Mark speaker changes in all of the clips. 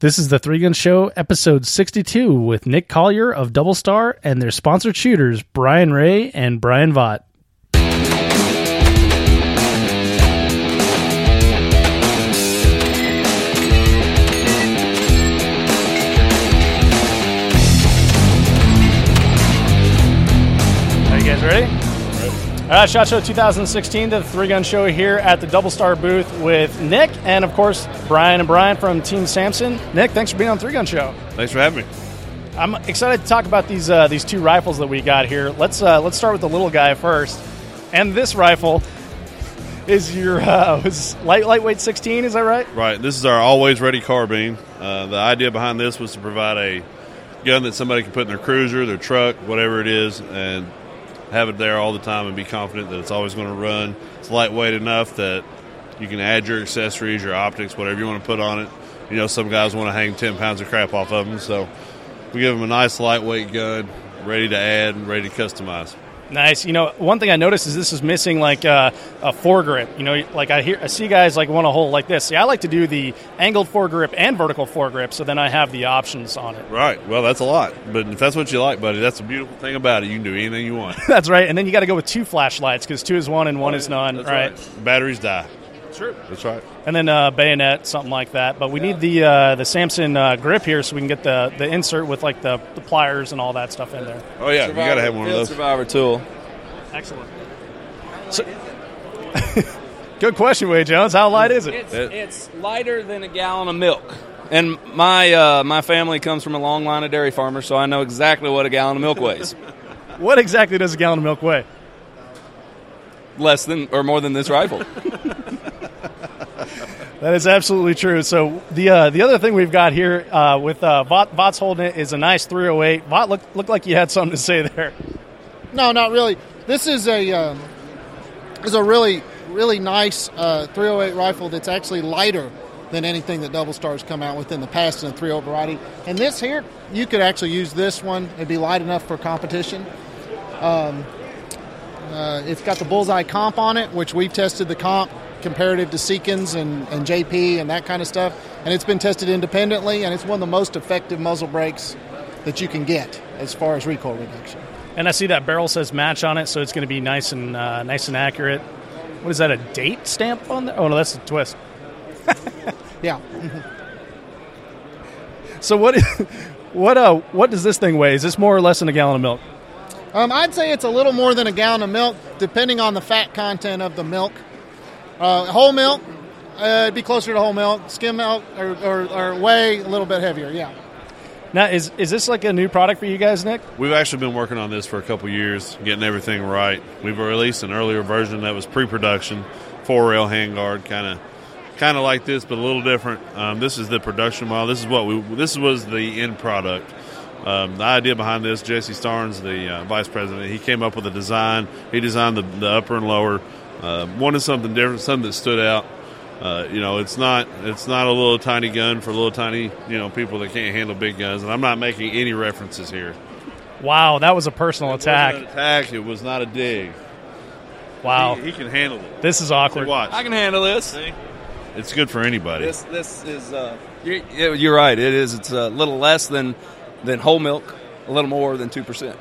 Speaker 1: This is the Three Gun Show, episode 62, with Nick Collier of Double Star and their sponsored shooters, Brian Ray and Brian Vaught. Are you guys ready? All right, Shot Show 2016, the Three Gun Show here at the Double Star booth with Nick and, of course, Brian and Brian from Team Samson. Nick, thanks for being on Three Gun Show.
Speaker 2: Thanks for having me.
Speaker 1: I'm excited to talk about these uh, these two rifles that we got here. Let's uh, let's start with the little guy first, and this rifle is your uh, was light lightweight 16. Is that right?
Speaker 2: Right, this is our always ready carbine. Uh, the idea behind this was to provide a gun that somebody can put in their cruiser, their truck, whatever it is, and have it there all the time and be confident that it's always going to run. It's lightweight enough that you can add your accessories, your optics, whatever you want to put on it. You know, some guys want to hang 10 pounds of crap off of them, so we give them a nice lightweight gun, ready to add and ready to customize.
Speaker 1: Nice. You know, one thing I noticed is this is missing like uh, a foregrip. You know, like I hear, I see guys like want a hole like this. See, I like to do the angled foregrip and vertical foregrip, so then I have the options on it.
Speaker 2: Right, well, that's a lot, but if that's what you like, buddy, that's the beautiful thing about it. You can do anything you want.
Speaker 1: That's right. And then you got to go with two flashlights because two is one and one is none.
Speaker 2: That's
Speaker 1: Oh, right.
Speaker 2: Batteries die.
Speaker 1: Sure.
Speaker 2: That's right.
Speaker 1: And then uh, bayonet, something like that. But we need the uh, the Samson uh, grip here so we can get the, the insert with like the, the pliers and all that stuff in there.
Speaker 2: Oh yeah, you gotta have one of
Speaker 3: Field
Speaker 2: those.
Speaker 3: Survivor tool.
Speaker 1: Excellent. So, good question, Wade Jones. How light is it?
Speaker 3: It's,
Speaker 2: That-
Speaker 3: it's lighter than a gallon of milk. And my uh, my family comes from a long line of dairy farmers, so I know exactly what a gallon of milk weighs.
Speaker 1: What exactly does a gallon of milk weigh?
Speaker 3: Less than or more than this rifle.
Speaker 1: That is absolutely true. So the uh, the other thing we've got here uh, with uh, Vot, Vot's holding it is a nice 308. Vot looked looked like you had something to say there.
Speaker 4: No, not really. This is a um, is a really really nice uh, 308 rifle that's actually lighter than anything that Double Star's come out with in the past in the 308 variety. And this here, you could actually use this one. It'd be light enough for competition. Um, uh, it's got the bullseye comp on it, which we've tested the comp comparative to Seekins and, and JP and that kind of stuff. And it's been tested independently, and it's one of the most effective muzzle brakes that you can get as far as recoil reduction.
Speaker 1: And I see that barrel says match on it, so it's going to be nice and uh, nice and accurate. What is that? A date stamp on there? Oh no, that's a twist.
Speaker 4: Yeah,
Speaker 1: So what? What uh? What does this thing weigh? Is this more or less than a gallon of milk?
Speaker 4: Um, I'd say it's a little more than a gallon of milk, depending on the fat content of the milk. Uh, whole milk, uh, it'd be closer to whole milk. Skim milk or, or, or whey, a little bit heavier. Yeah.
Speaker 1: Now, is is this like a new product for you guys, Nick?
Speaker 2: We've actually been working on this for a couple years, getting everything right. We've released an earlier version that was pre-production, four-rail handguard, kind of, kind of like this, but a little different. Um, this is the production model. This is what we. This was the end product. Um, the idea behind this, Jesse Starnes, the uh, vice president, he came up with a design. He designed the, the upper and lower. Uh, wanted something different, something that stood out. Uh, you know, it's not it's not a little tiny gun for little tiny you know people that can't handle big guns. And I'm not making any references here.
Speaker 1: Wow, that was a personal
Speaker 2: It wasn't
Speaker 1: attack.
Speaker 2: an attack. It was not a dig.
Speaker 1: Wow,
Speaker 2: He, he can handle it.
Speaker 1: this is awkward.
Speaker 2: Watch.
Speaker 3: I can handle this.
Speaker 2: it's good for anybody.
Speaker 3: This this is uh, you're, yeah, you're right. It is. It's a little less than than whole milk, a little more than two percent.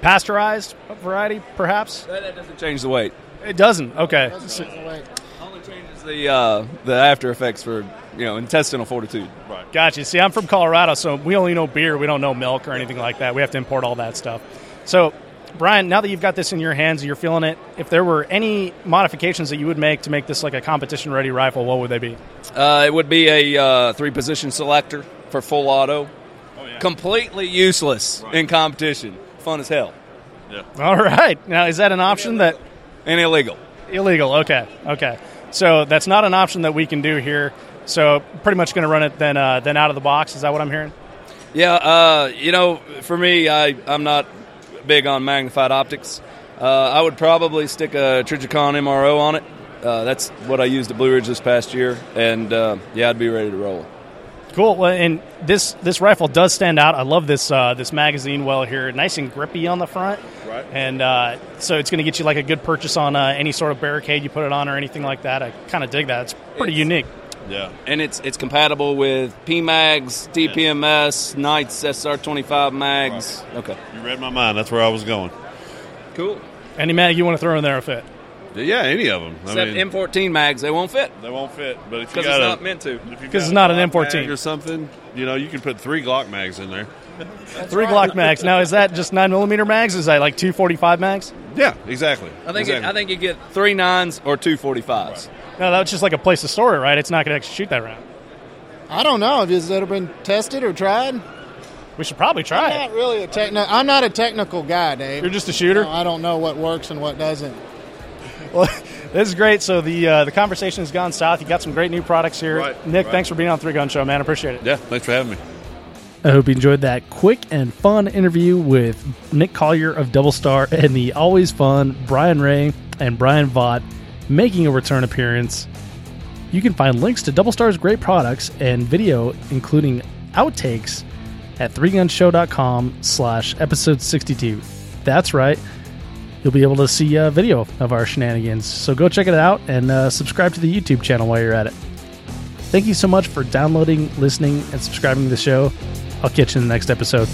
Speaker 1: Pasteurized variety, perhaps?
Speaker 3: That, that doesn't change the weight.
Speaker 1: It doesn't. Okay.
Speaker 3: Only changes the uh, the after effects for you know intestinal fortitude.
Speaker 1: Gotcha. See, I'm from Colorado, so we only know beer. We don't know milk or anything like that. We have to import all that stuff. So, Brian, now that you've got this in your hands and you're feeling it, if there were any modifications that you would make to make this like a competition ready rifle, what would they be?
Speaker 3: Uh, it would be a uh, three position selector for full auto. Completely useless in competition. Fun as hell.
Speaker 1: All right. Now, is that an option that
Speaker 3: And illegal.
Speaker 1: illegal? Okay. Okay. So, that's not an option that we can do here. So, pretty much going to run it then uh, then out of the box. Is that what I'm hearing?
Speaker 3: Yeah, uh, you know, for me, I, I'm not big on magnified optics. Uh, I would probably stick a Trigicon MRO on it. Uh, that's what I used at Blue Ridge this past year. And uh, yeah, I'd be ready to roll.
Speaker 1: Cool. Well, and this this rifle does stand out. I love this uh, this magazine well here. Nice and grippy on the front.
Speaker 2: Right.
Speaker 1: And uh, so it's going to get you like a good purchase on uh, any sort of barricade you put it on or anything like that. I kind of dig that. It's pretty
Speaker 3: It's-
Speaker 1: unique.
Speaker 2: Yeah.
Speaker 3: and it's it's compatible with PMags, DPMS, Knights, SR25 mags. Okay,
Speaker 2: You read my mind. That's where I was going.
Speaker 3: cool.
Speaker 1: Any mag you want to throw in there will fit.
Speaker 2: Yeah, any of them.
Speaker 3: Except M14 mags, they won't fit
Speaker 2: they won't fit, but if you
Speaker 3: because
Speaker 2: got
Speaker 3: it's
Speaker 2: a-
Speaker 3: not meant to.
Speaker 2: if you
Speaker 1: 'Cause
Speaker 2: got
Speaker 1: it's not
Speaker 2: a
Speaker 1: an
Speaker 2: Glock
Speaker 1: M14.
Speaker 2: mag or something, you know, you can put three Glock mags in there.
Speaker 1: Three Glock mags. Now, is that just 9mm mags? Is that like 245 mags?
Speaker 2: Yeah, exactly.
Speaker 3: I think it,
Speaker 2: exactly.
Speaker 3: I think you get three nines or two 45s.
Speaker 1: No, that's just like a place to store it, right? It's not going to actually shoot that round.
Speaker 4: I don't know. Have you ever been tested or tried?
Speaker 1: We should probably
Speaker 4: I'm
Speaker 1: try
Speaker 4: not
Speaker 1: it.
Speaker 4: really a techno. I'm not a technical guy, Dave.
Speaker 1: You're just a shooter.
Speaker 4: No, I don't know what works and what doesn't.
Speaker 1: Well, this is great. So the uh, the conversation has gone south. You got some great new products here.
Speaker 2: Right,
Speaker 1: Nick,
Speaker 2: right.
Speaker 1: thanks for being on Three Gun Show, man. I appreciate it.
Speaker 2: Yeah, thanks for having me.
Speaker 1: I hope you enjoyed that quick and fun interview with Nick Collier of Double Star and the always fun Brian Ray and Brian Vaught making a return appearance. You can find links to Double Star's great products and video, including outtakes, at 3gunshow.com slash episode 62. That's right. You'll be able to see a video of our shenanigans. So go check it out and uh, subscribe to the YouTube channel while you're at it. Thank you so much for downloading, listening, and subscribing to the show. I'll catch you in the next episode.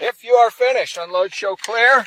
Speaker 5: If you are finished, unload show clear.